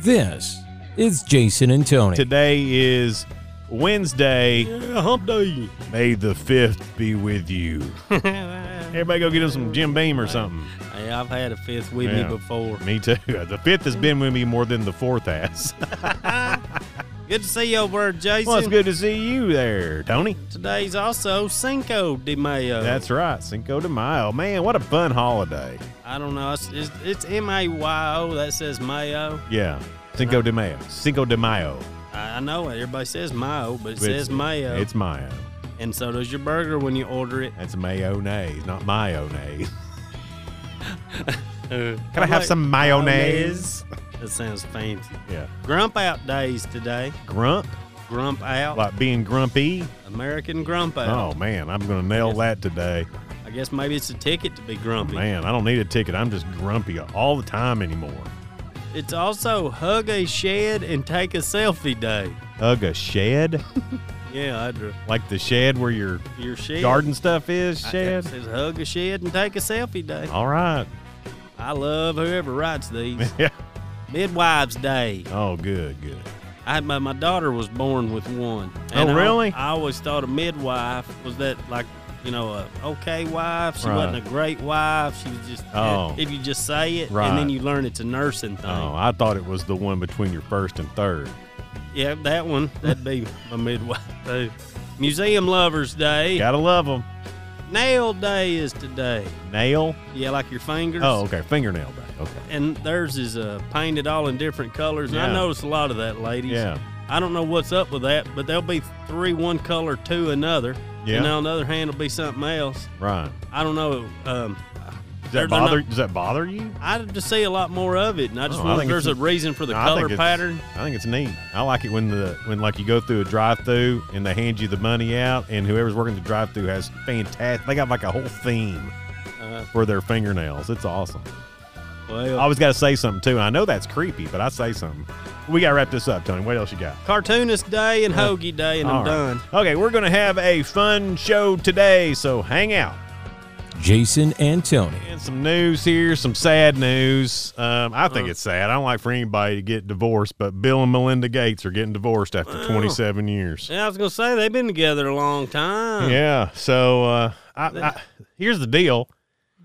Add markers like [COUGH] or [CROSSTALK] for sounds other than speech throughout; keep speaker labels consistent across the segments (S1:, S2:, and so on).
S1: This is Jason and Tony.
S2: Today is Wednesday.
S3: hump day.
S2: May the 5th be with you. [LAUGHS] Everybody go get him some Jim Beam or something.
S3: Hey, I've had a fifth with
S2: Yeah.
S3: me before.
S2: Me too. [LAUGHS] The 5th has been with me more than the 4th has. [LAUGHS]
S3: Good to see you over there, Jason.
S2: well, it's good to see you there, Tony.
S3: Today's also Cinco de Mayo.
S2: That's right. Cinco de Mayo. Man, what a fun holiday.
S3: I don't know. It's, it's, it's M-A-Y-O. That says Mayo.
S2: Yeah. Cinco de Mayo. Cinco de Mayo.
S3: I I know it. Everybody says Mayo, but it
S2: It's-
S3: says Mayo.
S2: It's Mayo.
S3: and so does your burger when you order it.
S2: That's mayonnaise, not [LAUGHS] mayonnaise.
S3: Can
S2: Can I have some mayonnaise?
S3: That sounds fancy.
S2: Yeah.
S3: Grump out days today.
S2: Grump,
S3: Grump out.
S2: like being grumpy.
S3: American grump out.
S2: Oh, man, I'm going to nail that today.
S3: I guess maybe it's a ticket to be grumpy.
S2: Oh. Man, I don't need a ticket. I'm just grumpy all the time anymore.
S3: It's also hug a shed and take a selfie day.
S2: Hug a
S3: [LAUGHS]
S2: shed?
S3: Yeah, I drew
S2: like the shed where your
S3: your shed.
S2: garden stuff is?
S3: I-
S2: Shed?
S3: It says hug a shed and take a selfie day.
S2: All right.
S3: I love whoever writes these.
S2: [LAUGHS] Yeah.
S3: Midwives Day.
S2: Oh, good, good.
S3: I had my, my daughter was born with one.
S2: Oh,
S3: And I-
S2: really?
S3: I, always thought a midwife was that like you know a okay wife. She
S2: Right.
S3: wasn't a great wife. She was just
S2: Oh.
S3: if you just say it
S2: Right.
S3: and then you learn it's a nursing thing.
S2: Oh, I thought it was the one between your first and third.
S3: Yeah, that one
S2: [LAUGHS]
S3: that'd be my midwife too. Museum Lovers Day.
S2: Gotta love them.
S3: Nail day is today.
S2: Nail?
S3: Yeah, like your fingers.
S2: Oh, okay. Fingernail day. Okay.
S3: And theirs is uh, painted all in different colors. And I
S2: Yeah.
S3: notice a lot of that, ladies.
S2: Yeah.
S3: I don't know what's up with that, but there'll be three one color, two another.
S2: Yeah.
S3: And on the other hand, it'll be something else.
S2: Right.
S3: I don't know. Um,
S2: Does
S3: They're- they're
S2: that bother? does that bother you?
S3: I just see a lot more of it, and I just
S2: Oh, I
S3: wonder if
S2: think
S3: there's a
S2: it's-
S3: reason for the
S2: No, I
S3: color
S2: think it's-
S3: pattern.
S2: I think it's neat. I like it when the when like you go through a drive-through and they hand you the money out, and whoever's working the drive-through has fantastic. They got like a whole theme
S3: Uh,
S2: for their fingernails. It's awesome. I
S3: well,
S2: always got to say something too, and I know that's creepy, but I say something. We got to wrap this up, Tony. What else you got?
S3: cartoonist day and hoagie day, and I'm
S2: All right.
S3: done.
S2: Okay, we're gonna have a fun show today, so hang out.
S1: Jason and Tony.
S2: And some news here, some sad news. Um, I
S3: Uh-huh.
S2: think it's sad. I don't like for anybody to get divorced, but Bill and Melinda Gates are getting divorced after 27 years.
S3: Yeah, I was gonna say they've been together a long time.
S2: Yeah. So uh, I, I, here's the deal.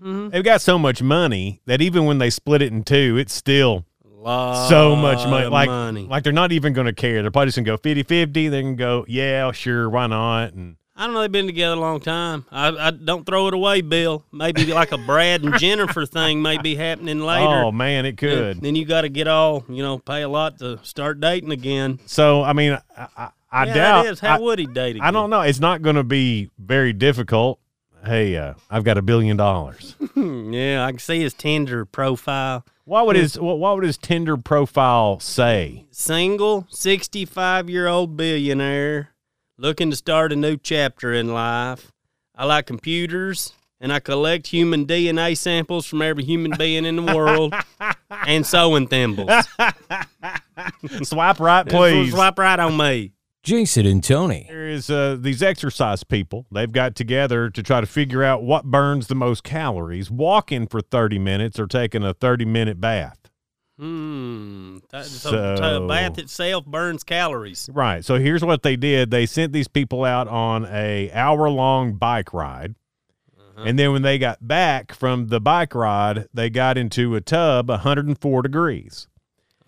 S3: Mm-hmm.
S2: They've got so much money that even when they split it in two, it's still
S3: Lot
S2: so much money.
S3: of
S2: Like,
S3: money.
S2: like they're not even going to care. They're probably just going to go 50 50. They can go, yeah, sure, why not? And
S3: I don't know. They've been together a long time. I, I don't throw it away, Bill. Maybe like a Brad and Jennifer thing may be happening
S2: [LAUGHS]
S3: later.
S2: oh, man, it could.
S3: Then, then you got to get all you know, pay a lot to start dating again.
S2: So, I mean, I, I, I
S3: yeah,
S2: doubt.
S3: that is. How
S2: I-
S3: would he date again?
S2: I don't know. It's not going to be very difficult. Hey, uh, I've got a billion dollars.
S3: Hmm, yeah, I can see his Tinder profile.
S2: Why
S3: [LAUGHS]
S2: would his wh- Why would his Tinder profile say?
S3: Single, sixty-five-year-old billionaire, looking to start a new chapter in life. I like computers, and I collect human DNA samples from every human being in
S2: [LAUGHS]
S3: the world, and sewing thimbles.
S2: Swipe right, please.
S3: Swipe right on me.
S1: Jason and Tony.
S2: There is uh, these exercise people. They've got together to try to figure out what burns the most calories: walking for thirty minutes or taking a thirty-minute bath.
S3: Hmm. Th- So,
S2: So-
S3: t- bath itself burns calories.
S2: Right. So here's what they did. They sent these people out on a hour long bike ride. And then when they got back from the bike ride, they got into a tub 104 degrees.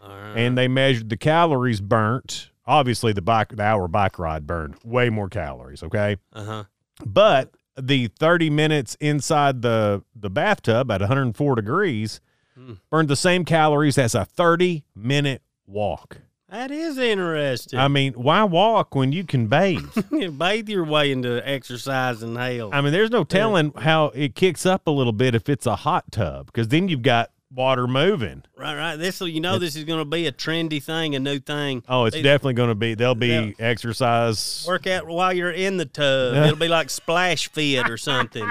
S2: And they measured the calories burnt. Obviously the bike the hour bike ride burned way more calories, okay?
S3: Uh huh.
S2: But the 30 minutes inside the the bathtub at 104 degrees
S3: Hmm.
S2: burned the same calories as a 30 minute walk.
S3: That is interesting.
S2: I mean, why walk when you can bathe?
S3: [LAUGHS] Bathe your way into exercise and health.
S2: I mean, there's no telling how it kicks up a little bit if it's a hot tub because then you've got water moving.
S3: Right, right. This, you know, this is going to be a trendy thing, a new thing.
S2: Oh, it's
S3: They-
S2: definitely going to be. There'll be
S3: Yeah.
S2: exercise. [LAUGHS]
S3: Work out while you're in the tub. It'll be like splash fit or something.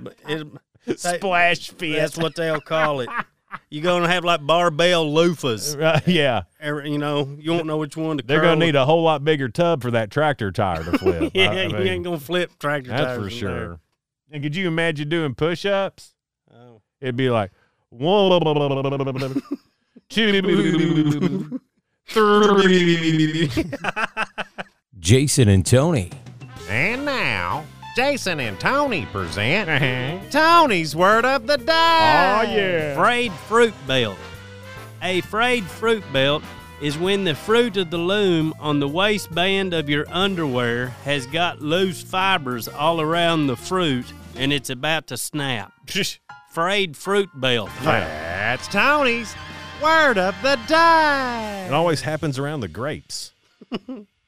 S3: But it,
S2: Splash fit.
S3: [LAUGHS] that's what they'll call it. You're going to have like barbell loofahs.
S2: Right, [LAUGHS] yeah,
S3: Every- You know, you won't know which one to.
S2: they're going to
S3: curl.
S2: need a whole lot bigger tub for that tractor tire to flip. I-
S3: [LAUGHS] Yeah,
S2: I
S3: you
S2: mean,
S3: ain't gonna flip tractor
S2: that's for
S3: tires in there.
S2: sure. And could you imagine doing push-ups?
S3: Oh.
S2: It'd be like
S1: Jason and Tony.
S2: And now, Jason and Tony present Tony's Word of the Day. Uh-huh. Oh, yeah.
S3: frayed fruit belt. A frayed fruit belt is when the fruit of the loom on the waistband of your underwear has got loose fibers all around the fruit and it's about
S2: [LAUGHS]
S3: to snap. Frayed fruit belt.
S2: That's Tony's.
S4: Word of the day.
S2: It always happens around the grapes.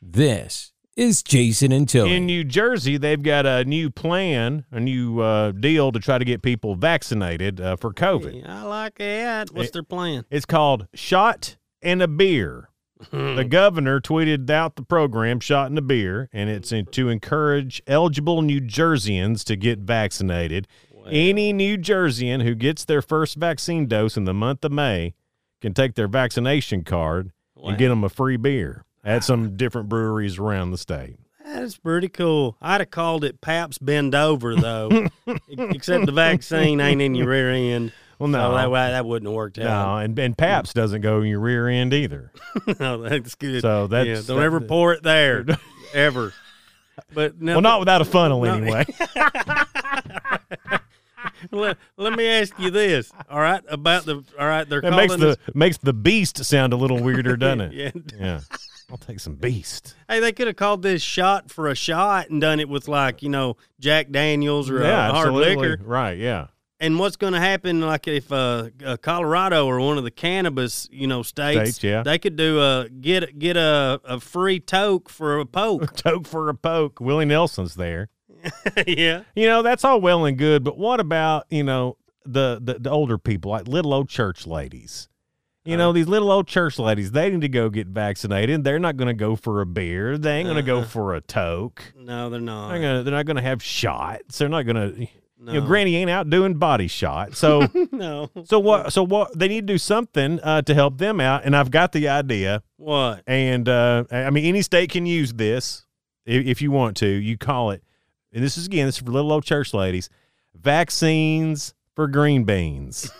S1: This is Jason and Tony.
S2: In New Jersey, they've got a new plan, a new uh, deal to try to get people vaccinated uh, for COVID.
S3: I like that. What's their plan?
S2: It's called Shot and a Beer. the governor tweeted out the program Shot and a Beer, and it's in, to encourage eligible New Jerseyans to get vaccinated. Any New Jerseyan who gets their first vaccine dose in the month of May can take their vaccination card and get them a free beer at some different breweries around the state.
S3: That is pretty cool. I'd have called it Paps Bend
S2: [LAUGHS]
S3: Over, though, except the vaccine ain't in your rear end.
S2: Well, no.
S3: So that, way- that wouldn't have worked
S2: No,
S3: out.
S2: Uh, and, and Paps doesn't go in your rear end [LAUGHS] either.
S3: [LAUGHS] No, that's good.
S2: So that's-
S3: Yeah, don't
S2: that-
S3: ever pour
S2: [LAUGHS]
S3: it there, ever. But no,
S2: Well, not without a funnel [LAUGHS] anyway.
S3: let, let me ask you this. All right, about the all right, they're
S2: That
S3: calling
S2: makes the
S3: us-
S2: makes the beast sound a little weirder, doesn't it?
S3: [LAUGHS] Yeah.
S2: Yeah. [LAUGHS] I'll take some beast.
S3: Hey, they could have called this shot for a shot and done it with like you know Jack Daniels or
S2: yeah,
S3: a hard
S2: absolutely.
S3: liquor.
S2: Right, yeah.
S3: And what's going to happen? Like if uh, uh, Colorado or one of the cannabis you know states,
S2: States, yeah.
S3: they could do a get get a, a free toke for
S2: [LAUGHS]
S3: a poke.
S2: Toke for a poke. Willie Nelson's there.
S3: [LAUGHS] yeah,
S2: You know, that's all well and good, but what about, you know, the the, the older people, like little old church ladies? You
S3: Uh-huh.
S2: know, these little old church ladies, they need to go get vaccinated. They're not gonna go for a beer. They ain't gonna go
S3: Uh-huh.
S2: for a toke.
S3: no, they're not.
S2: They're, gonna, they're not gonna have shots. They're not gonna you
S3: No.
S2: know, Granny ain't out doing body shots. So
S3: [LAUGHS] No,
S2: So what? So what? They need to do something uh, to help them out, and I've got the idea.
S3: what?
S2: And uh, I I mean, any state can use this if, if you want to. You call it, and this is again, this is for little old church ladies. Vaccines for green beans,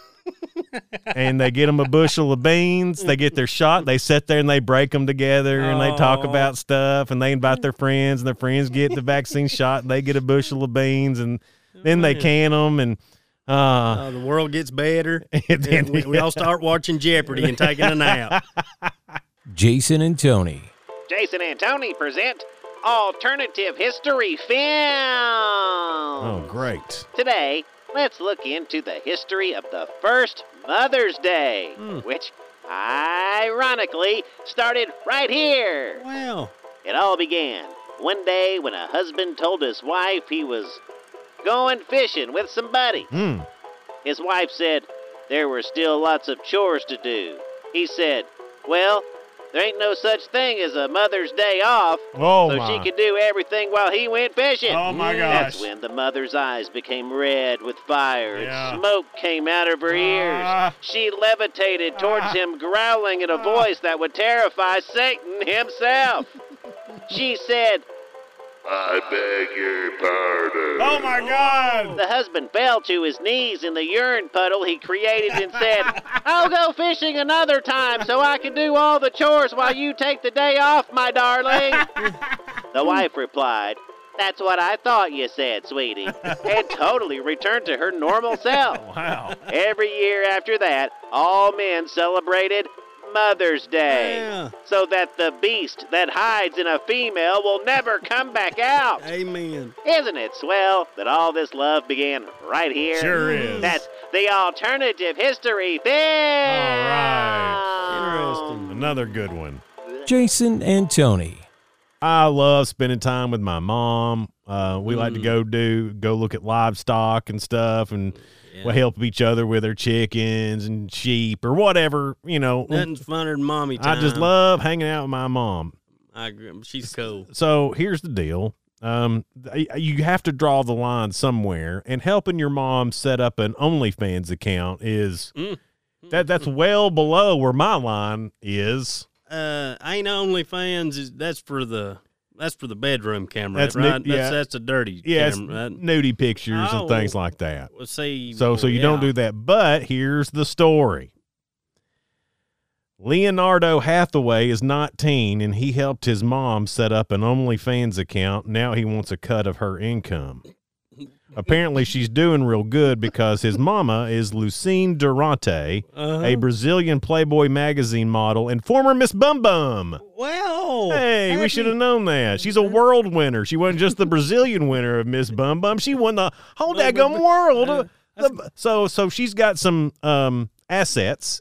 S2: and they get them a bushel of beans. They get their shot. They sit there and they break them together, and they talk
S3: Aw.
S2: about stuff, and they invite their friends, and their friends get the vaccine shot, and they get a bushel of beans, and then they can them, and uh,
S3: Uh, the world gets better.
S2: [LAUGHS] And then-
S3: and we,
S2: [LAUGHS]
S3: we all start watching Jeopardy and taking a nap.
S1: Jason and Tony.
S4: Jason and Tony present alternative history film.
S2: oh, great.
S4: Today, let's look into the history of the first Mother's Day,
S2: Hmm.
S4: which ironically started right here.
S3: Wow.
S4: It all began one day when a husband told his wife he was going fishing with some buddies.
S2: Hmm.
S4: His wife said there were still lots of chores to do. He said, Well, there ain't no such thing as a Mother's Day off,
S2: Oh
S4: so
S2: my.
S4: she could do everything while he went fishing.
S2: Oh, my
S4: That's
S2: gosh.
S4: when the mother's eyes became red with fire
S2: Yeah.
S4: and smoke came out of her
S2: Ah.
S4: ears. She levitated towards
S2: Ah.
S4: him, growling in a voice that would terrify Satan himself. she said,
S5: I beg your pardon.
S2: Oh my god.
S4: The husband fell to his knees in the urine puddle he created and said, I'll go fishing another time so I can do all the chores while you take the day off, my darling. the wife replied, That's what I thought you said, sweetie, and totally returned to her normal self.
S2: Wow.
S4: Every year after that, all men celebrated Mother's Day
S3: Yeah.
S4: so that the beast that hides in a female will never come back out.
S3: Amen.
S4: Isn't it swell that all this love began right here?
S2: Sure is.
S4: That's the alternative history thing.
S2: All right.
S4: Oh.
S3: Interesting.
S2: Another good one.
S1: Jason and Tony.
S2: I love spending time with my mom. Uh, we like to
S3: Mm.
S2: go do go look at livestock and stuff, and we help each other with our chickens and sheep or whatever. You know,
S3: Nothing's funner than mommy time.
S2: I just love hanging out with my mom.
S3: I agree. She's cool.
S2: So here's the deal. Um, th- you have to draw the line somewhere, and helping your mom set up an OnlyFans account is
S3: Mm.
S2: that that's well below where my line is.
S3: Uh, ain't OnlyFans. Is, that's for the that's for the bedroom camera,
S2: That's
S3: right?
S2: nu- yeah.
S3: That's that's a dirty
S2: Yeah, it's
S3: camera. That-
S2: nudie pictures
S3: Oh.
S2: and things like that.
S3: well, see,
S2: So so you don't
S3: yeah.
S2: do that. But here's the story. Leonardo Hathaway is 19 and he helped his mom set up an OnlyFans account. Now he wants a cut of her income. Apparently, she's doing real good because his mama is Lucine Durante, a Brazilian Playboy magazine model and former Miss Bum Bum.
S3: Well,
S2: Hey, we
S3: happy-
S2: should have known that. She's a world winner. She wasn't just the Brazilian winner of Miss Bum Bum. She won the whole
S3: Well,
S2: daggum
S3: but-
S2: world.
S3: uh,
S2: The- so, so she's got some um,
S3: [LAUGHS]
S2: assets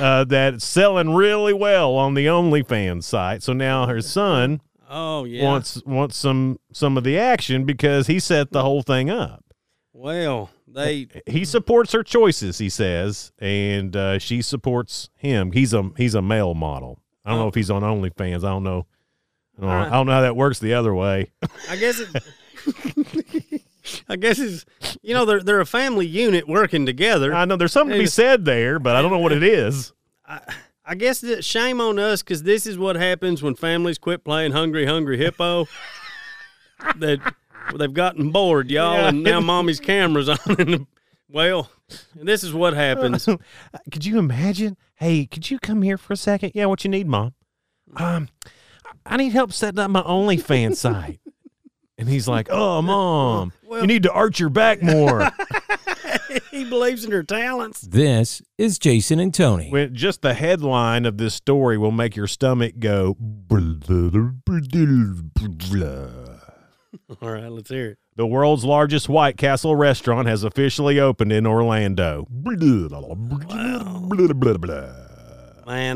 S2: uh, that's selling really well on the OnlyFans site. So now her son
S3: Oh yeah.
S2: wants wants some some of the action because he set the whole thing up.
S3: Well, they
S2: He supports her choices, he says, and uh, she supports him. He's a he's a male model. I don't know if he's on OnlyFans. I don't know. I don't, I don't know how that works the other [CLEARS THROAT] way.
S3: I
S2: [LAUGHS]
S3: guess it. [LAUGHS] I guess it's you know they're they're a family unit working together.
S2: I know there's something to be said there, but I don't know what it [LAUGHS] is.
S3: I guess that shame on us because this is what happens when families quit playing Hungry Hungry [LAUGHS] Hippo. that they've gotten bored, y'all, and now mommy's camera's on. In the, well, and this is what happens.
S2: Could you imagine? Hey, could you come here for a second? Yeah, what you need, mom? Um, I need help setting up my OnlyFans [LAUGHS] site. And he's like, "Oh, mom,
S3: Well-
S2: you need to arch your back [LAUGHS] more."
S3: [LAUGHS] he believes in her talents.
S1: This is Jason and Tony.
S2: When just the headline of this story will make your stomach go.
S3: All right, let's hear it.
S2: The world's largest White Castle restaurant has officially opened in Orlando.
S3: Man,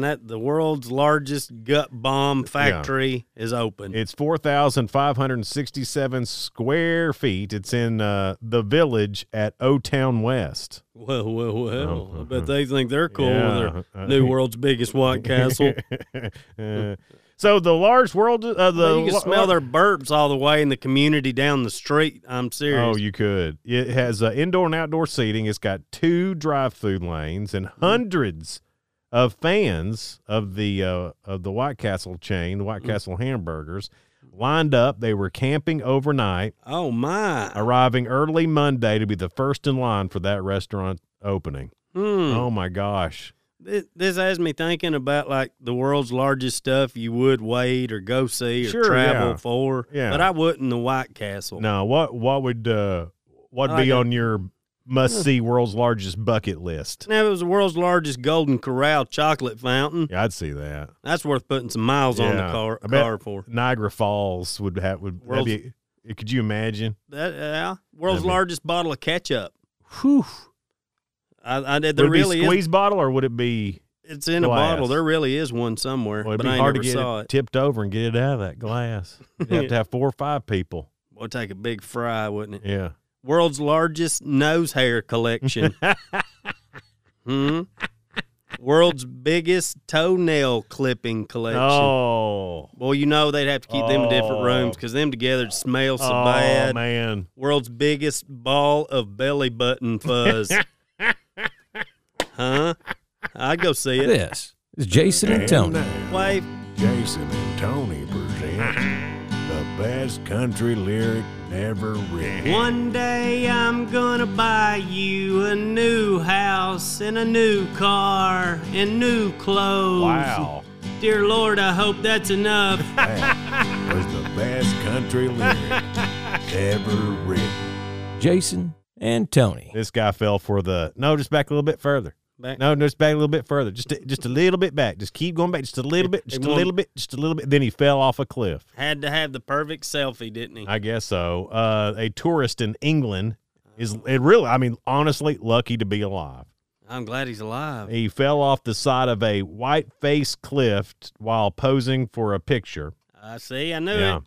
S3: that the world's largest gut bomb factory is open.
S2: It's 4,567 square feet. It's in uh, the village at O Town West. [LAUGHS]
S3: Whoa, whoa, whoa.
S2: Oh,
S3: I bet they think they're cool with
S2: Yeah.
S3: their new world's biggest white [LAUGHS] castle.
S2: Uh, so the large world, uh, the
S3: you can
S2: la-
S3: smell their burps all the way in the community down the street. I'm
S2: Oh,
S3: serious.
S2: you could. It has uh, indoor and outdoor seating. It's got two drive-through lanes and
S3: Hmm.
S2: hundreds of fans of the uh, of the White Castle chain, the White
S3: Hmm.
S2: Castle hamburgers, lined up. They were camping overnight,
S3: oh my.
S2: arriving early Monday to be the first in line for that restaurant opening.
S3: Hmm.
S2: Oh my gosh!
S3: This, this has me thinking about like the world's largest stuff you would wait or go see or
S2: Sure,
S3: travel
S2: yeah.
S3: for.
S2: Yeah.
S3: But I wouldn't the White Castle.
S2: Now what what would uh, what
S3: I
S2: be
S3: like Hmm.
S2: on your must see world's largest bucket
S3: [LAUGHS]
S2: list?
S3: Now, if it was the world's largest Golden Corral chocolate fountain,
S2: Yeah, I'd see that.
S3: that's worth putting some miles on the
S2: Yeah.
S3: car,
S2: I bet-
S3: car for.
S2: Niagara Falls would have would that'd
S3: World's-
S2: be- could you imagine?
S3: That yeah,
S2: That'd
S3: world's
S2: be-
S3: largest bottle of ketchup.
S2: Whew.
S3: I, I, there
S2: Would it
S3: really
S2: be
S3: is
S2: squeeze bottle or would it be?
S3: It's in a
S2: glass.
S3: bottle. There really is one somewhere,
S2: Well, it'd
S3: but
S2: be
S3: I
S2: hard to
S3: never
S2: get
S3: saw
S2: it,
S3: it.
S2: tipped over and get it out of that
S3: [LAUGHS]
S2: glass. You'd have to have four or five people.
S3: Well, it'd take a big fry, wouldn't it?
S2: Yeah.
S3: World's largest nose
S2: [LAUGHS]
S3: hair collection. hmm. World's biggest toenail clipping collection.
S2: Oh.
S3: Well, you know they'd have to keep them in different
S2: Oh.
S3: rooms because them together smell so
S2: oh
S3: bad.
S2: man.
S3: World's biggest ball of belly button
S2: [LAUGHS]
S3: fuzz. huh? I'd go see it.
S1: This is Jason and Tony.
S3: Wave.
S6: Jason and Tony present
S3: Uh-huh.
S6: the best country lyric never written.
S3: One day I'm gonna buy you a new house and a new car and new clothes.
S2: Wow.
S3: Dear Lord, I hope
S2: [LAUGHS]
S3: that's enough.
S6: That was the best country lyric ever written.
S1: Jason and Tony.
S2: This guy fell for the no, just back a little bit further.
S3: Back-
S2: No, just back a little bit further. Just a, just a little bit back. Just keep going back. Just a little bit. Just a little bit. Just a little bit. Then he fell off a cliff.
S3: Had to have the perfect selfie, didn't he?
S2: I guess so. Uh, a tourist in England is it really? I mean, honestly, lucky to be alive.
S3: I'm glad he's alive.
S2: He fell off the side of a white face cliff while posing for a picture.
S3: I see. I knew
S2: Yeah.
S3: it.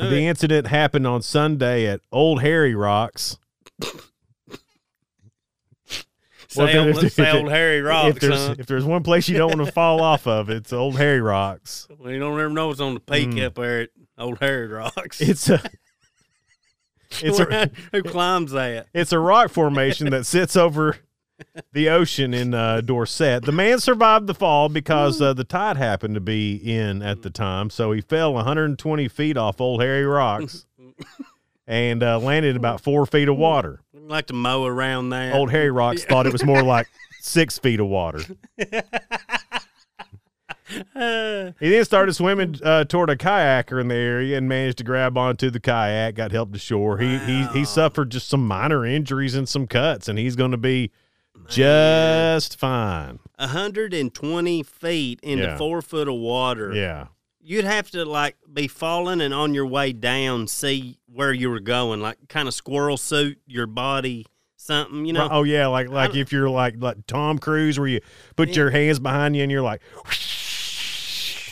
S3: Knew
S2: the
S3: it.
S2: incident happened on Sunday at Old Harry Rocks.
S3: Say,
S2: Well, [LAUGHS]
S3: old,
S2: if there-
S3: say old Harry
S2: if
S3: Rocks,
S2: there's
S3: huh?
S2: if there's one place you don't
S3: [LAUGHS]
S2: want to fall off of, it's Old Harry Rocks.
S3: We don't ever know what's on the peak
S2: Mm.
S3: up there at Old Harry Rocks.
S2: It's
S3: [LAUGHS]
S2: a it's a
S3: Who climbs that?
S2: It's a rock formation that sits over the ocean in uh, Dorset. The man survived the fall because uh, the tide happened to be in at the time, so he fell 120 feet off Old Harry Rocks and uh, landed in about four feet of water.
S3: Wouldn't like to mow around that.
S2: Old Harry Rocks thought it was more like six feet of water. He then started swimming uh, toward a kayaker in the area and managed to grab onto the kayak, got helped to shore. He he he suffered just some minor injuries and some cuts, and he's going to be just fine.
S3: 120 feet into
S2: Yeah.
S3: four foot of water.
S2: Yeah,
S3: You'd have to like be falling and on your way down see where you were going, like kind of squirrel suit your body, something, you know.
S2: oh yeah, like like if you're like like Tom Cruise, where you put your hands behind you and you're like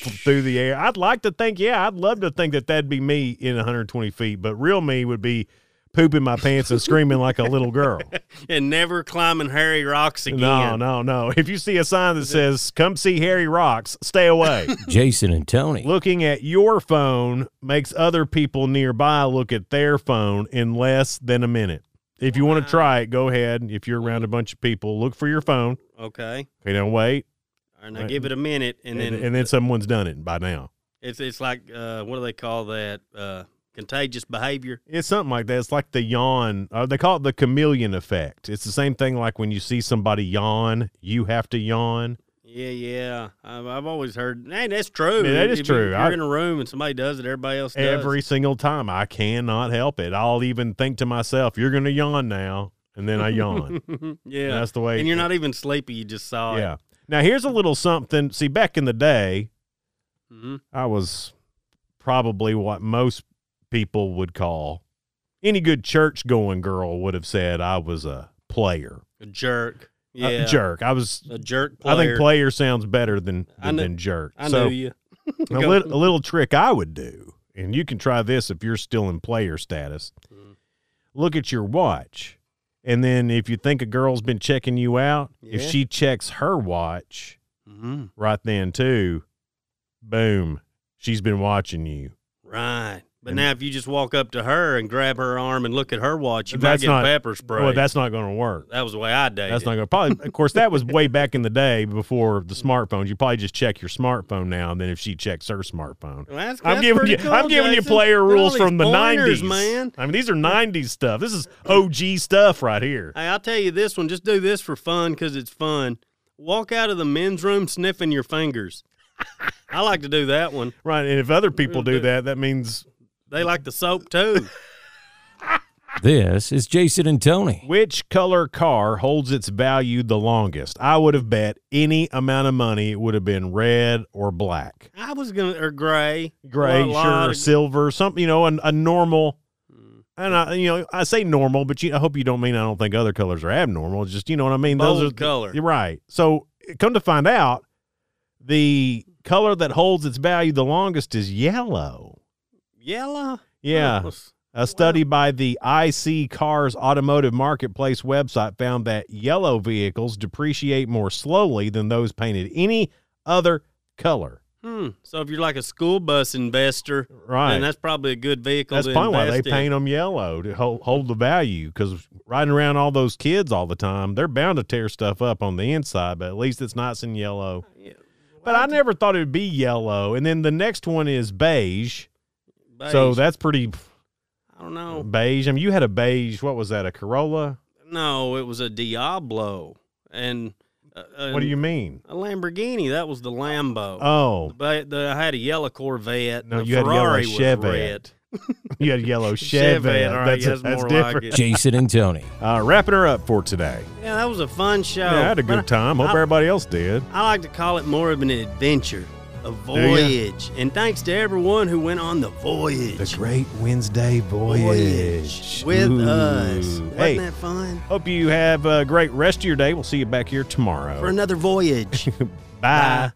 S2: through the air. I'd like to think, yeah, I'd love to think that that'd be me in 120 feet, but real me would be pooping my pants and screaming like a little girl.
S3: And never climbing hairy rocks [LAUGHS] again.
S2: uh, No, no, no. If you see a sign that says "Come see Harry Rocks," stay
S3: [LAUGHS]
S2: away.
S1: Jason and Tony.
S2: Looking at your phone makes other people nearby look at their phone in less than a minute. If you want to try it, go ahead. If you're around a bunch of people, look for your phone.
S3: Okay.
S2: Okay, now wait,
S3: And I
S2: Right.
S3: give it a minute and then
S2: and then someone's done it by now.
S3: it's it's like uh, what do they call that? Uh, contagious behavior.
S2: It's something like that. It's like the yawn. Uh, they call it the chameleon effect. It's the same thing. Like when you see somebody yawn, you have to yawn.
S3: Yeah, yeah. I've, I've always heard. Hey, that's true.
S2: Yeah, that is
S3: If you-
S2: true.
S3: If you're
S2: I-
S3: in a room and somebody does it, everybody else does.
S2: every single time. I cannot help it. I'll even think to myself, "You're going to yawn now," and then I
S3: [LAUGHS]
S2: yawn.
S3: [LAUGHS] yeah.
S2: And that's the way.
S3: and you're not even sleepy. You just saw it.
S2: Yeah. Now here's a little something. See, back in the day,
S3: hmm
S2: I was probably what most people would call any good church-going girl would have said I was a player,
S3: A jerk.
S2: A
S3: Yeah.
S2: Uh, jerk. I was.
S3: A jerk
S2: I
S3: player.
S2: think player sounds better than
S3: I
S2: than,
S3: kn-
S2: than jerk.
S3: I
S2: so
S3: knew you.
S2: [LAUGHS] a,
S3: Go.
S2: lit- a little trick I would do, and you can try this if you're still in player status.
S3: Mhm.
S2: Look at your watch, and then if you think a girl's been checking you out, if
S3: Yeah.
S2: she checks her watch
S3: hmm
S2: right then too, boom, she's been watching you.
S3: Right. But
S2: And-
S3: now, if you just walk up to her and grab her arm and look at her watch, you might
S2: That's
S3: get
S2: not-
S3: pepper spray.
S2: Well, that's not going to work.
S3: that was the way I dated.
S2: That's not going to probably. Of course, that was way back in the day before
S3: [LAUGHS] Mm.
S2: the smartphones. You probably just check your smartphone now, and then if she checks her smartphone,
S3: Well, that's-
S2: I'm
S3: that's
S2: giving
S3: pretty
S2: you
S3: cool,
S2: I'm giving you
S3: Jason.
S2: player
S3: Look at all
S2: rules
S3: these
S2: from the
S3: pointers,
S2: 90s.
S3: man.
S2: I mean these are 90s stuff. This is OG stuff right here.
S3: Hey, I'll tell you this one. Just do this for fun because it's fun. Walk out of the men's room sniffing your fingers. I like to do that one.
S2: Right, and if other people do
S3: Real good.
S2: that, that means
S3: They like the soap too.
S1: This is Jason and Tony.
S2: which color car holds its value the longest? I would have bet any amount of money it would have been red or black.
S3: I was gonna or gray,
S2: Gray,
S3: A lot
S2: sure,
S3: of- Hmm.
S2: silver, something, you know, an, a normal and I, you know, I say normal, but you, I hope you don't mean I don't think other colors are abnormal. It's Just you know what I mean.
S3: Bold
S2: Those are
S3: color.
S2: You're right. So come to find out, the color that holds its value the longest is yellow.
S3: yellow.
S2: Yeah. A study by the IC Cars Automotive Marketplace website found that yellow vehicles depreciate more slowly than those painted any other color.
S3: Hmm. So if you're like a school bus investor,
S2: Right.
S3: then that's probably a good vehicle.
S2: That's
S3: to
S2: probably why they
S3: invest in.
S2: paint them yellow to hold, hold the value because riding around all those kids all the time, they're bound to tear stuff up on the inside, but at least it's nice and yellow.
S3: Uh, Yeah.
S2: But I never thought it would be yellow. And then the next one is beige.
S3: Beige. Oh.
S2: So that's pretty
S3: I don't know.
S2: beige. I mean, you had a beige, what was that, a Corolla?
S3: No, it was a Diablo, and uh,
S2: What do you mean?
S3: A Lamborghini. That was the Lambo.
S2: Oh,
S3: But the, I had a yellow Corvette.
S2: No,
S3: the
S2: you had a yellow
S3: Ferrari was
S2: Chevette.
S3: red.
S2: you had a yellow Chevy.
S3: [LAUGHS] Chevette, all right,
S2: that's,
S3: that's
S2: that's
S3: more like
S2: different.
S3: it.
S1: Jason and Tony.
S2: Uh, wrapping her up for today.
S3: [LAUGHS] Yeah, that was a fun show.
S2: Yeah, I had a
S3: But
S2: good time. Hope
S3: I-
S2: everybody else did.
S3: I like to call it more of an adventure, a
S2: ya?
S3: voyage. And thanks to everyone who went on the voyage.
S2: Great Wednesday
S3: voyage with us.
S2: Ooh.
S3: Wasn't
S2: Hey,
S3: that fun?
S2: Hope you have a great rest of your day. We'll see you back here tomorrow.
S3: For another voyage.
S2: Bye.